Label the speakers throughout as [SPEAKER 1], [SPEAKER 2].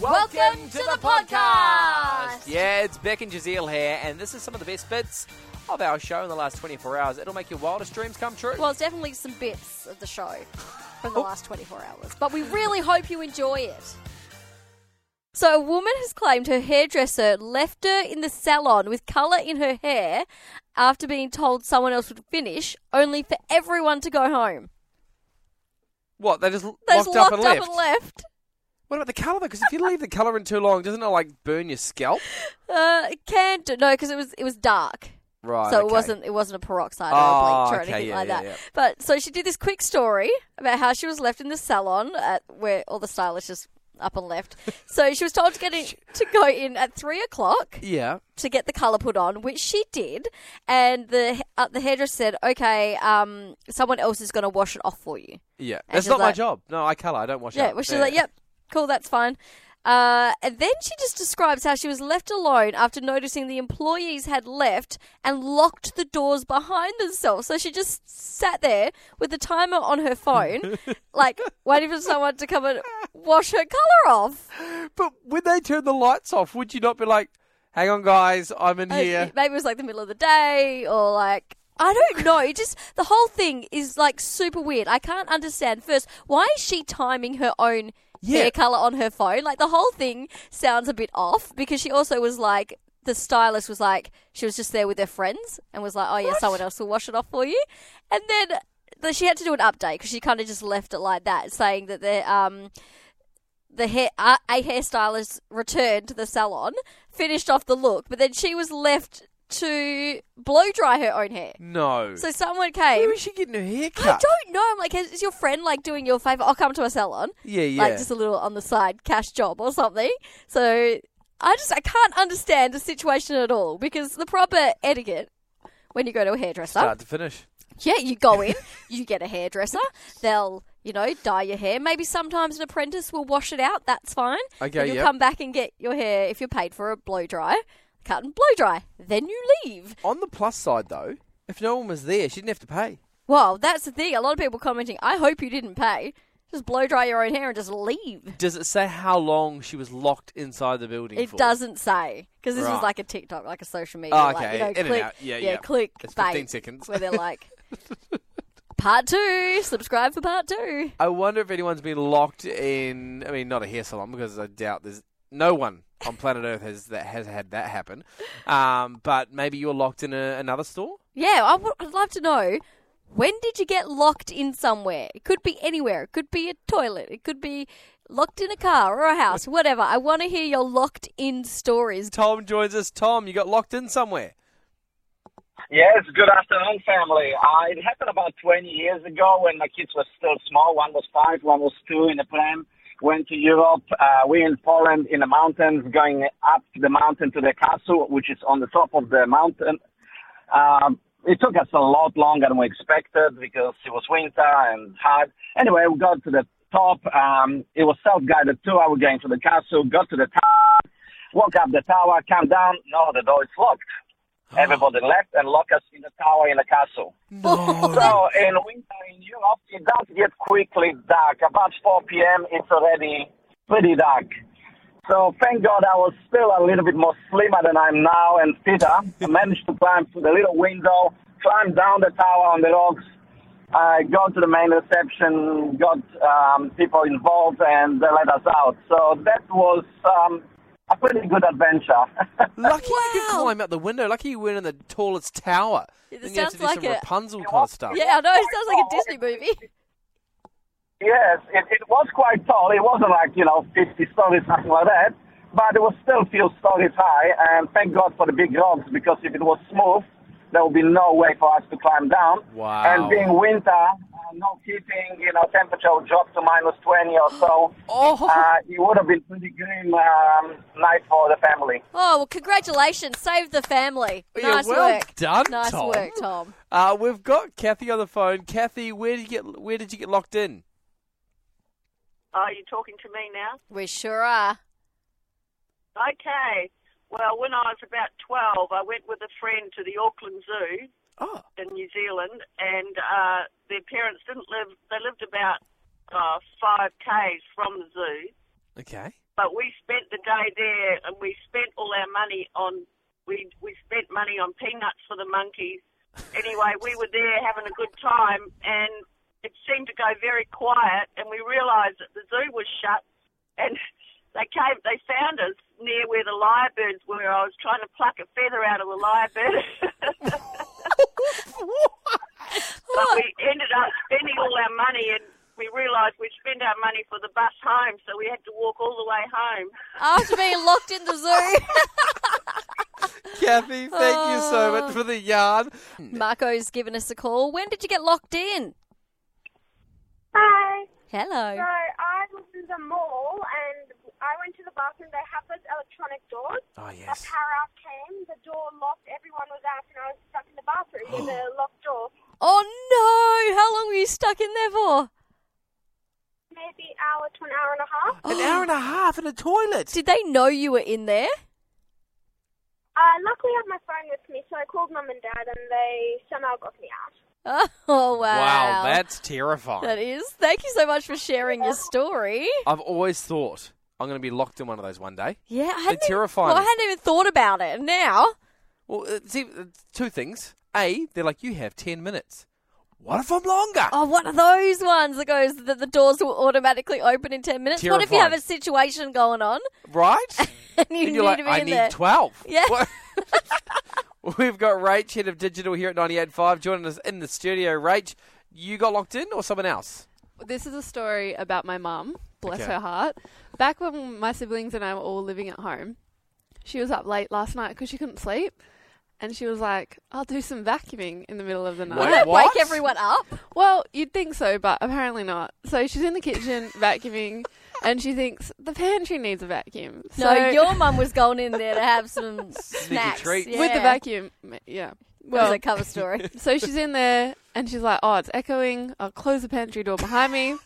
[SPEAKER 1] Welcome to the podcast.
[SPEAKER 2] Yeah, it's Beck and Giselle here, and this is some of the best bits of our show in the last 24 hours. It'll make your wildest dreams come true.
[SPEAKER 1] Well, it's definitely some bits of the show from the
[SPEAKER 2] Oh.
[SPEAKER 1] last 24 hours, but we really hope you enjoy it. So, a woman has claimed her hairdresser left her in the salon with colour in her hair after being told someone else would finish, only for everyone to go home.
[SPEAKER 2] what? They just l-
[SPEAKER 1] They
[SPEAKER 2] locked,
[SPEAKER 1] just locked
[SPEAKER 2] up, and, left.
[SPEAKER 1] up and left.
[SPEAKER 2] What about the colour? Because if you leave the colour in too long, doesn't it like burn your scalp?
[SPEAKER 1] Uh, it can't do no, because it was it was dark.
[SPEAKER 2] Right.
[SPEAKER 1] so
[SPEAKER 2] okay.
[SPEAKER 1] it wasn't it wasn't a peroxide or
[SPEAKER 2] Oh,
[SPEAKER 1] a bleach or
[SPEAKER 2] okay,
[SPEAKER 1] anything
[SPEAKER 2] yeah,
[SPEAKER 1] like
[SPEAKER 2] yeah,
[SPEAKER 1] that.
[SPEAKER 2] yeah.
[SPEAKER 1] But so she did this quick story about how she was left in the salon at where all the stylists just up and left. so she was told to get in, to go in at three o'clock
[SPEAKER 2] Yeah.
[SPEAKER 1] to get the color put on, which she did. And the uh, the hairdresser said, "Okay, um, someone else is going to wash it off for you."
[SPEAKER 2] Yeah.
[SPEAKER 1] And
[SPEAKER 2] That's
[SPEAKER 1] she's
[SPEAKER 2] not my
[SPEAKER 1] like-
[SPEAKER 2] job. No, I colour. I don't wash
[SPEAKER 1] Yeah,
[SPEAKER 2] up.
[SPEAKER 1] well, she was like, yep, cool, that's fine. Uh, and then she just describes how she was left alone after noticing the employees had left and locked the doors behind themselves. So she just sat there with the timer on her phone, like waiting for someone to come and wash her colour off.
[SPEAKER 2] But when they turn the lights off, would you not be like, hang on, guys, I'm in
[SPEAKER 1] Uh,
[SPEAKER 2] here?
[SPEAKER 1] Maybe it was like the middle of the day or like. I don't know. It just the whole thing is like super weird. I can't understand. First, why is she timing her own
[SPEAKER 2] Yeah.
[SPEAKER 1] hair color on her phone? Like the whole thing sounds a bit off because she also was like the stylist was like she was just there with her friends and was like, "Oh yeah, someone else will wash it off for you." And then the, she had to do an update because she kind of just left it like that, saying that the um the hair uh, a hairstylist returned to the salon, finished off the look, but then she was left to blow dry her own hair.
[SPEAKER 2] No.
[SPEAKER 1] So someone
[SPEAKER 2] Where
[SPEAKER 1] came.
[SPEAKER 2] is she getting her hair
[SPEAKER 1] I
[SPEAKER 2] cut?
[SPEAKER 1] don't know. I'm like, is is your friend like doing your favor? I'll come to a salon,
[SPEAKER 2] Yeah, yeah.
[SPEAKER 1] like just a little on the side cash job or something. So I just I can't understand the situation at all because the proper etiquette when you go to a hairdresser,
[SPEAKER 2] Start to finish.
[SPEAKER 1] yeah, you go in, you get a hairdresser, they'll, you know, dye your hair. Maybe sometimes an apprentice will wash it out, that's fine.
[SPEAKER 2] Okay,
[SPEAKER 1] Then you'll
[SPEAKER 2] yep.
[SPEAKER 1] come back and get your hair if you're paid for a blow dry, cut and blow dry. Then you leave.
[SPEAKER 2] On the plus side, though, if no one was there, she didn't have to pay.
[SPEAKER 1] Well, that's the thing. A lot of people commenting, I hope you didn't pay. Just blow dry your own hair and just leave.
[SPEAKER 2] Does it say how long she was locked inside the building
[SPEAKER 1] It
[SPEAKER 2] for?
[SPEAKER 1] doesn't say because this
[SPEAKER 2] Right.
[SPEAKER 1] was like a TikTok, like a social media.
[SPEAKER 2] Oh,
[SPEAKER 1] like,
[SPEAKER 2] okay.
[SPEAKER 1] you know,
[SPEAKER 2] In and
[SPEAKER 1] click,
[SPEAKER 2] out. Yeah,
[SPEAKER 1] yeah,
[SPEAKER 2] yeah.
[SPEAKER 1] click
[SPEAKER 2] It's
[SPEAKER 1] bait,
[SPEAKER 2] 15 seconds.
[SPEAKER 1] where they're like, part two, subscribe for part two.
[SPEAKER 2] I wonder if anyone's been locked in. I mean, not a hair salon because I doubt there's no one on planet Earth has that has had that happen. Um, but maybe you're locked in a, another store.
[SPEAKER 1] Yeah, I w- I'd love to know when did you get locked in somewhere? It could be anywhere. It could be a toilet. It could be locked in a car or a house, whatever. I want to hear your locked in stories.
[SPEAKER 2] Tom joins us. Tom, you got locked in somewhere.
[SPEAKER 3] Yes, good afternoon, family. Uh, it happened about 20 years ago when my kids were still small. One was five, one was two in a pram. Went to Europe. Uh, we in Poland in the mountains, going up the mountain to the castle, which is on the top of the mountain. Um, it took us a lot longer than we expected because it was winter and hard. Anyway, we got to the top. Um, it was self-guided tour. We were going to the castle, got to the tower, walk up the tower, come down. No, the door is locked. Everybody left and locked us in the tower in the castle. So in winter in Europe, it does get quickly dark. About 4 p.m., it's already pretty dark. So thank God I was still a little bit more slimmer than I am now and fitter. I managed to climb through the little window, climb down the tower on the rocks, uh, go to the main reception, got um, people involved, and they let us out. So that was um, a pretty good adventure.
[SPEAKER 1] Uh,
[SPEAKER 2] Lucky you could
[SPEAKER 1] Wow.
[SPEAKER 2] climb out the window. Lucky you weren't in the tallest tower.
[SPEAKER 1] It
[SPEAKER 2] then you have to
[SPEAKER 1] sounds
[SPEAKER 2] do
[SPEAKER 1] like
[SPEAKER 2] some
[SPEAKER 1] a-
[SPEAKER 2] Rapunzel kind of stuff.
[SPEAKER 1] Yeah, I know. It sounds like a Disney movie.
[SPEAKER 3] Yes, it, it was quite tall. It wasn't like, you know, 50 stories, nothing like that. But it was still few stories high, and thank God for the big rocks, because if it was smooth, there would be no way for us to climb down.
[SPEAKER 2] Wow.
[SPEAKER 3] And being winter, uh, no heating, you know, temperature would drop to minus 20 or so.
[SPEAKER 2] Oh.
[SPEAKER 3] Uh, it would have been pretty grim um, night for the family.
[SPEAKER 1] Oh, well, congratulations. Save the family.
[SPEAKER 2] Yeah,
[SPEAKER 1] nice
[SPEAKER 2] well
[SPEAKER 1] work.
[SPEAKER 2] done,
[SPEAKER 1] Nice
[SPEAKER 2] Tom.
[SPEAKER 1] work, Tom.
[SPEAKER 2] Uh, we've got Kathy on the phone. Kathy, where did you get where did you get locked in?
[SPEAKER 4] Are you talking to me now?
[SPEAKER 1] We sure are.
[SPEAKER 4] Okay. Well, when I was about 12, I went with a friend to the Auckland Zoo
[SPEAKER 2] Oh,
[SPEAKER 4] in New Zealand, and uh, their parents didn't live, they lived about uh, five Ks from the zoo,
[SPEAKER 2] okay.
[SPEAKER 4] But we spent the day there, and we spent all our money on we we spent money on peanuts for the monkeys. Anyway, we were there having a good time, and it seemed to go very quiet. And we realised that the zoo was shut, and they came. They found us near where the lyrebirds were. I was trying to pluck a feather out of a lyrebird. But we ended up spending all our money and we realised we'd spend our money for the bus home, so we had to walk all the way home.
[SPEAKER 1] After being locked in the zoo,
[SPEAKER 2] Kathy, thank you so
[SPEAKER 1] Oh.
[SPEAKER 2] much for the yarn.
[SPEAKER 1] Marco's given us a call. When did you get locked in?
[SPEAKER 5] Hi.
[SPEAKER 1] Hello.
[SPEAKER 5] So I was in the mall and I went to the bathroom. They have those electronic doors.
[SPEAKER 2] Oh,
[SPEAKER 5] A
[SPEAKER 2] yes.
[SPEAKER 5] para came, the door locked, everyone was out, and I was stuck in the bathroom with a locked door.
[SPEAKER 1] Oh no! How long were you stuck in there for?
[SPEAKER 5] Maybe hour to an hour and a half.
[SPEAKER 2] An hour and a half in a toilet.
[SPEAKER 1] Did they know you were in there?
[SPEAKER 5] Uh, luckily, I had my phone with me, so I called mum and dad, and they somehow got me out.
[SPEAKER 1] Oh wow!
[SPEAKER 2] Wow, that's terrifying.
[SPEAKER 1] that is. Thank you so much for sharing your story.
[SPEAKER 2] I've always thought I'm going to be locked in one of those one day.
[SPEAKER 1] Yeah, I hadn't,
[SPEAKER 2] terrifying
[SPEAKER 1] Even, well, I
[SPEAKER 2] us.
[SPEAKER 1] hadn't even thought about it. Now,
[SPEAKER 2] Well, uh, see, uh, two things. A, they're like, you have 10 minutes. What if I'm longer?
[SPEAKER 1] oh, one of those ones that goes that the doors will automatically open in ten minutes. What if you
[SPEAKER 2] Terrifying.
[SPEAKER 1] have a situation going on
[SPEAKER 2] Right?
[SPEAKER 1] and you
[SPEAKER 2] and
[SPEAKER 1] need
[SPEAKER 2] you're like,
[SPEAKER 1] to be
[SPEAKER 2] I
[SPEAKER 1] in
[SPEAKER 2] need
[SPEAKER 1] there?
[SPEAKER 2] 12.
[SPEAKER 1] Yeah.
[SPEAKER 2] What- We've got Rach, head of digital here at 98.5, joining us in the studio. Rach, you got locked in or someone else?
[SPEAKER 6] This is a story about my mum, bless
[SPEAKER 2] Okay.
[SPEAKER 6] her heart. Back when my siblings and I were all living at home, she was up late last night because she couldn't sleep. And she was like, I'll do some vacuuming in the middle of the night.
[SPEAKER 2] Wait, what?
[SPEAKER 1] Wake everyone up.
[SPEAKER 6] Well, you'd think so, but apparently not. So she's in the kitchen vacuuming and she thinks the pantry needs a vacuum.
[SPEAKER 1] No,
[SPEAKER 6] So
[SPEAKER 1] your mum was going in there to have some snacks
[SPEAKER 2] treat.
[SPEAKER 1] yeah.
[SPEAKER 6] with the vacuum, yeah.
[SPEAKER 1] That was
[SPEAKER 6] Well,
[SPEAKER 1] a cover story.
[SPEAKER 6] so she's in there and she's like, oh, it's echoing. I'll close the pantry door behind me.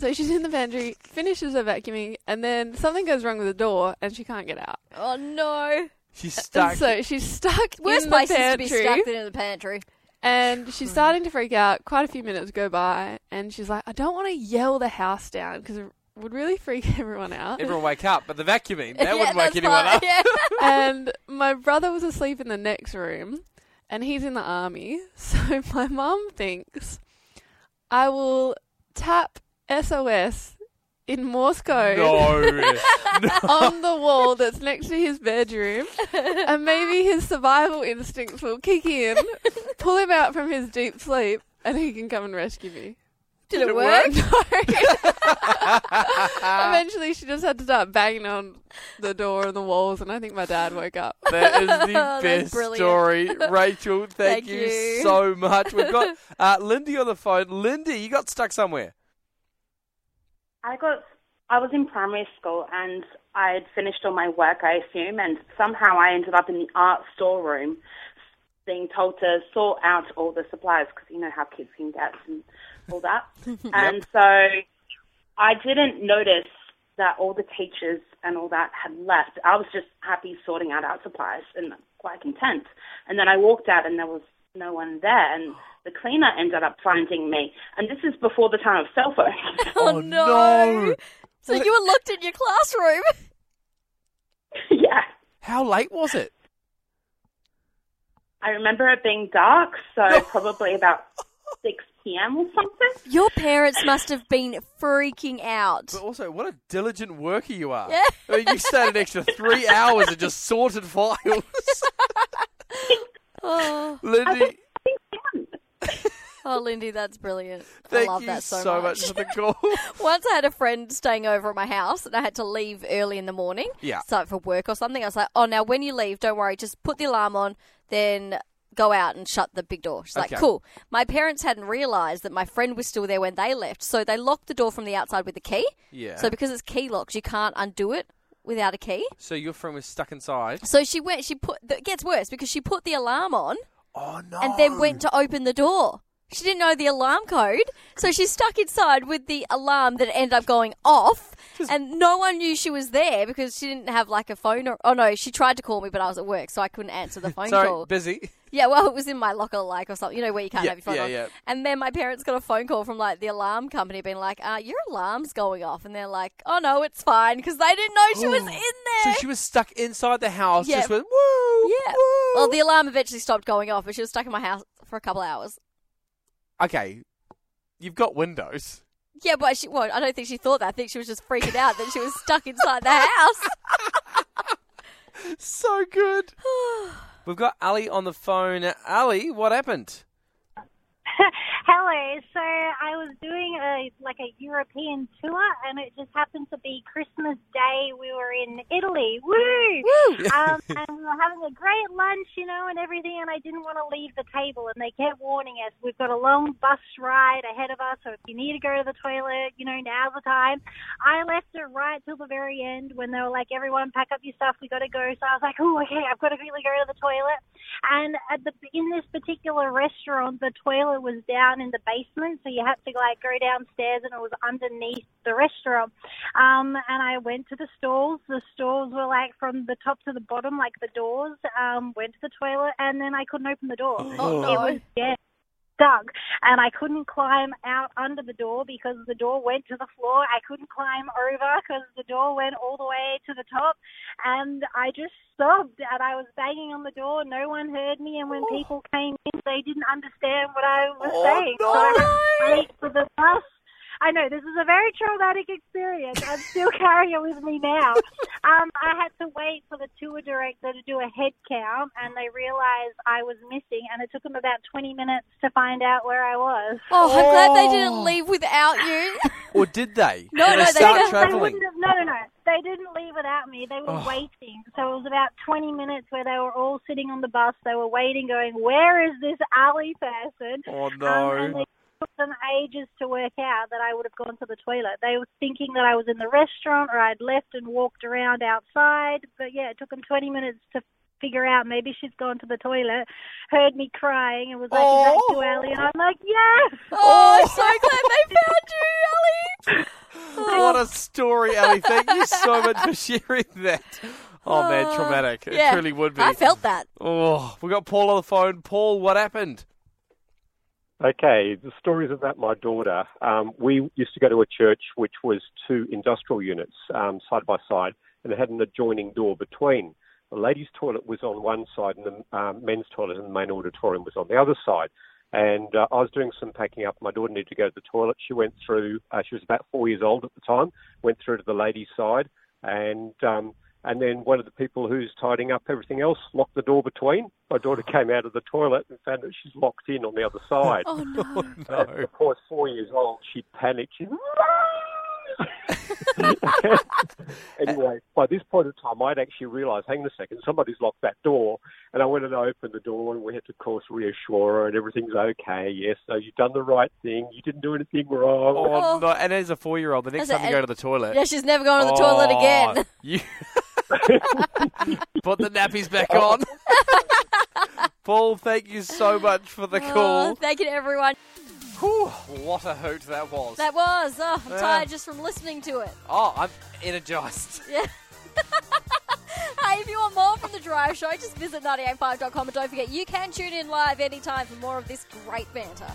[SPEAKER 6] So she's in the pantry, finishes her vacuuming, and then something goes wrong with the door and she can't get out.
[SPEAKER 1] oh no!
[SPEAKER 2] She's
[SPEAKER 6] And
[SPEAKER 2] stuck.
[SPEAKER 6] so she's stuck
[SPEAKER 1] Worst
[SPEAKER 6] in the
[SPEAKER 1] place
[SPEAKER 6] pantry
[SPEAKER 1] is to be stuck than in the pantry.
[SPEAKER 6] and she's starting to freak out. Quite a few minutes go by and she's like, I don't want to yell the house down because it would really freak everyone out.
[SPEAKER 2] everyone wake up, but the vacuuming, that
[SPEAKER 1] Yeah,
[SPEAKER 2] wouldn't
[SPEAKER 1] that's
[SPEAKER 2] wake anyone
[SPEAKER 1] fine.
[SPEAKER 2] up.
[SPEAKER 1] Yeah.
[SPEAKER 6] and my brother was asleep in the next room and he's in the army. So my mum thinks I will tap SOS in Morse code on the wall that's next to his bedroom and maybe his survival instincts will kick in, pull him out from his deep sleep. And he can come and rescue me.
[SPEAKER 1] Did it work?
[SPEAKER 6] Eventually, she just had to start banging on the door and the walls, and I think my dad woke up.
[SPEAKER 2] That is the
[SPEAKER 1] That's
[SPEAKER 2] best
[SPEAKER 1] brilliant.
[SPEAKER 2] story. Rachel, thank,
[SPEAKER 1] Thank
[SPEAKER 2] you,
[SPEAKER 1] you.
[SPEAKER 2] so much. We've got uh, Lindy on the phone. Lindy, you got stuck somewhere.
[SPEAKER 7] I got. I was in primary school and I had finished all my work, I assume, and somehow I ended up in the art storeroom, being told to sort out all the supplies because you know how kids can get and all that. And so I didn't notice that all the teachers and all that had left. I was just happy sorting out our supplies and quite content. And then I walked out and there was no one there. And the cleaner ended up finding me. And this is before the time of cell phones.
[SPEAKER 1] Oh, no. So
[SPEAKER 2] What-
[SPEAKER 1] you were locked in your classroom.
[SPEAKER 7] yeah.
[SPEAKER 2] How late was it?
[SPEAKER 7] I remember it being dark, so probably about 6 p.m. or something.
[SPEAKER 1] Your parents must have been freaking out.
[SPEAKER 2] But also, what a diligent worker you are.
[SPEAKER 1] Yeah.
[SPEAKER 2] I mean, you stayed an extra three hours and just sorted files.
[SPEAKER 1] Oh,
[SPEAKER 2] Lindy,
[SPEAKER 1] oh, Lindy, that's brilliant.
[SPEAKER 2] thank
[SPEAKER 1] I love
[SPEAKER 2] you
[SPEAKER 1] that so,
[SPEAKER 2] much. for the call.
[SPEAKER 1] Once I had a friend staying over at my house and I had to leave early in the morning.
[SPEAKER 2] Yeah.
[SPEAKER 1] So for work or something. I was like, oh, now when you leave, don't worry, just put the alarm on, then go out and shut the big door. She's like,
[SPEAKER 2] Okay.
[SPEAKER 1] cool. My parents hadn't realised that my friend was still there when they left. So they locked the door from the outside with a key.
[SPEAKER 2] Yeah.
[SPEAKER 1] So because it's key locked, you can't undo it without a key.
[SPEAKER 2] so your friend was stuck inside.
[SPEAKER 1] So she went, she put, it gets worse because she put the alarm on
[SPEAKER 2] Oh no!
[SPEAKER 1] and then went to open the door. She didn't know the alarm code, so she's stuck inside with the alarm that ended up going off, and no one knew she was there because she didn't have like a phone. Or, oh no, she tried to call me, but I was at work, so I couldn't answer the phone
[SPEAKER 2] Sorry,
[SPEAKER 1] call.
[SPEAKER 2] busy.
[SPEAKER 1] Yeah, well, it was in my locker, like, or something, you know, where you can't
[SPEAKER 2] Yeah,
[SPEAKER 1] have your phone
[SPEAKER 2] yeah,
[SPEAKER 1] on.
[SPEAKER 2] yeah.
[SPEAKER 1] And then my parents got a phone call from, like, the alarm company being like, uh, your alarm's going off. And they're like, oh, no, it's fine, because they didn't know she was in
[SPEAKER 2] Oh. So
[SPEAKER 1] there.
[SPEAKER 2] she was stuck inside the house,
[SPEAKER 1] Yeah.
[SPEAKER 2] just went woo.
[SPEAKER 1] yeah.
[SPEAKER 2] woo.
[SPEAKER 1] Well, the alarm eventually stopped going off, but she was stuck in my house for a couple of hours.
[SPEAKER 2] okay, you've got windows.
[SPEAKER 1] Yeah, but she, well, I don't think she thought that. I think she was just freaking out that she was stuck inside the house.
[SPEAKER 2] So good. We've got Ali on the phone. Ali, what happened?
[SPEAKER 8] Hello. So I was doing a like a European tour, and it just happened to be Christmas Day. We were in Italy. Woo! Um, and we were having a great lunch, you know, and everything. And I didn't want to leave the table, and they kept warning us, "We've got a long bus ride ahead of us, so if you need to go to the toilet, you know, now's the time." I left it right till the very end when they were like, "Everyone, pack up your stuff. We got to go." So I was like, "Oh, okay. I've got to really go to the toilet." And at the in this particular restaurant, the toilet was down in the basement, so you had to like go downstairs, and it was underneath the restaurant. Um, and I went to the stalls. The stalls were like from the top to the bottom, like the doors. Um, went to the toilet, and then I couldn't open the door.
[SPEAKER 1] Oh, no.
[SPEAKER 8] It was dead stuck and I couldn't climb out under the door because the door went to the floor. I couldn't climb over because the door went all the way to the top and I just sobbed and I was banging on the door. No one heard me and when people came in, they didn't understand what I was saying. So I had to wait for the bus. I know this is a very traumatic experience. I'm still carrying it with me now. Um, I had to wait for the tour director to do a head count, and they realized I was missing, and it took them about 20 minutes to find out where I was.
[SPEAKER 1] Oh, I'm glad they didn't leave without you.
[SPEAKER 2] Or did they?
[SPEAKER 1] No,
[SPEAKER 2] Did
[SPEAKER 1] no,
[SPEAKER 2] they
[SPEAKER 1] they
[SPEAKER 2] start
[SPEAKER 1] didn't.
[SPEAKER 8] They
[SPEAKER 2] traveling.
[SPEAKER 8] wouldn't have, no, no, no. They didn't leave without me. They were waiting. So it was about 20 minutes where they were all sitting on the bus. They were waiting, going, Where is this alley person?
[SPEAKER 2] Oh
[SPEAKER 8] Um, and
[SPEAKER 2] no.
[SPEAKER 8] they took them ages to work out that I would have gone to the toilet. They were thinking that I was in the restaurant or I'd left and walked around outside. But yeah, it took them 20 minutes to figure out maybe she's gone to the toilet, heard me crying and was like, Is that you, Ellie? And I'm like, Yes!
[SPEAKER 1] Oh, I'm so glad they found you, Ellie. oh.
[SPEAKER 2] what a story, Ali. Thank you so much for sharing that. Oh man, traumatic. It
[SPEAKER 1] Yeah.
[SPEAKER 2] truly would be.
[SPEAKER 1] I felt that.
[SPEAKER 2] Oh, we got Paul on the phone. Paul, what happened?
[SPEAKER 9] Okay, the story is about my daughter. Um, we used to go to a church which was two industrial units um, side by side, and it had an adjoining door between. The ladies' toilet was on one side, and the um, men's toilet in the main auditorium was on the other side. And uh, I was doing some packing up. My daughter needed to go to the toilet. She went through. Uh, she was about four years old at the time. Went through to the ladies' side, and um, and then one of the people who's tidying up everything else locked the door between. My daughter came out of the toilet and found that she's locked in on the other side.
[SPEAKER 1] Oh, no.
[SPEAKER 9] At the poor four years old, she panicked. She, anyway, by this point in time, I'd actually realised, hang on a second, somebody's locked that door. And I went and opened the door, and we had to, of course, reassure her, and everything's okay. Yes, so you've done the right thing. You didn't do anything wrong.
[SPEAKER 2] Oh,
[SPEAKER 1] Oh.
[SPEAKER 2] no. And as a four year old, the next
[SPEAKER 1] As a-
[SPEAKER 2] time you go to the toilet.
[SPEAKER 1] Yeah, she's never going to the toilet
[SPEAKER 2] Oh,
[SPEAKER 1] again.
[SPEAKER 2] You Oh, Put the nappies back on. Paul, thank you so much for the
[SPEAKER 1] Oh,
[SPEAKER 2] call.
[SPEAKER 1] thank you to everyone.
[SPEAKER 2] Whew, what a hoot that was.
[SPEAKER 1] That was. Oh, I'm
[SPEAKER 2] Yeah.
[SPEAKER 1] tired just from listening to it.
[SPEAKER 2] Oh, I'm energized.
[SPEAKER 1] Yeah. hey, if you want more from The Drive Show, just visit 985.com and don't forget you can tune in live anytime for more of this great banter.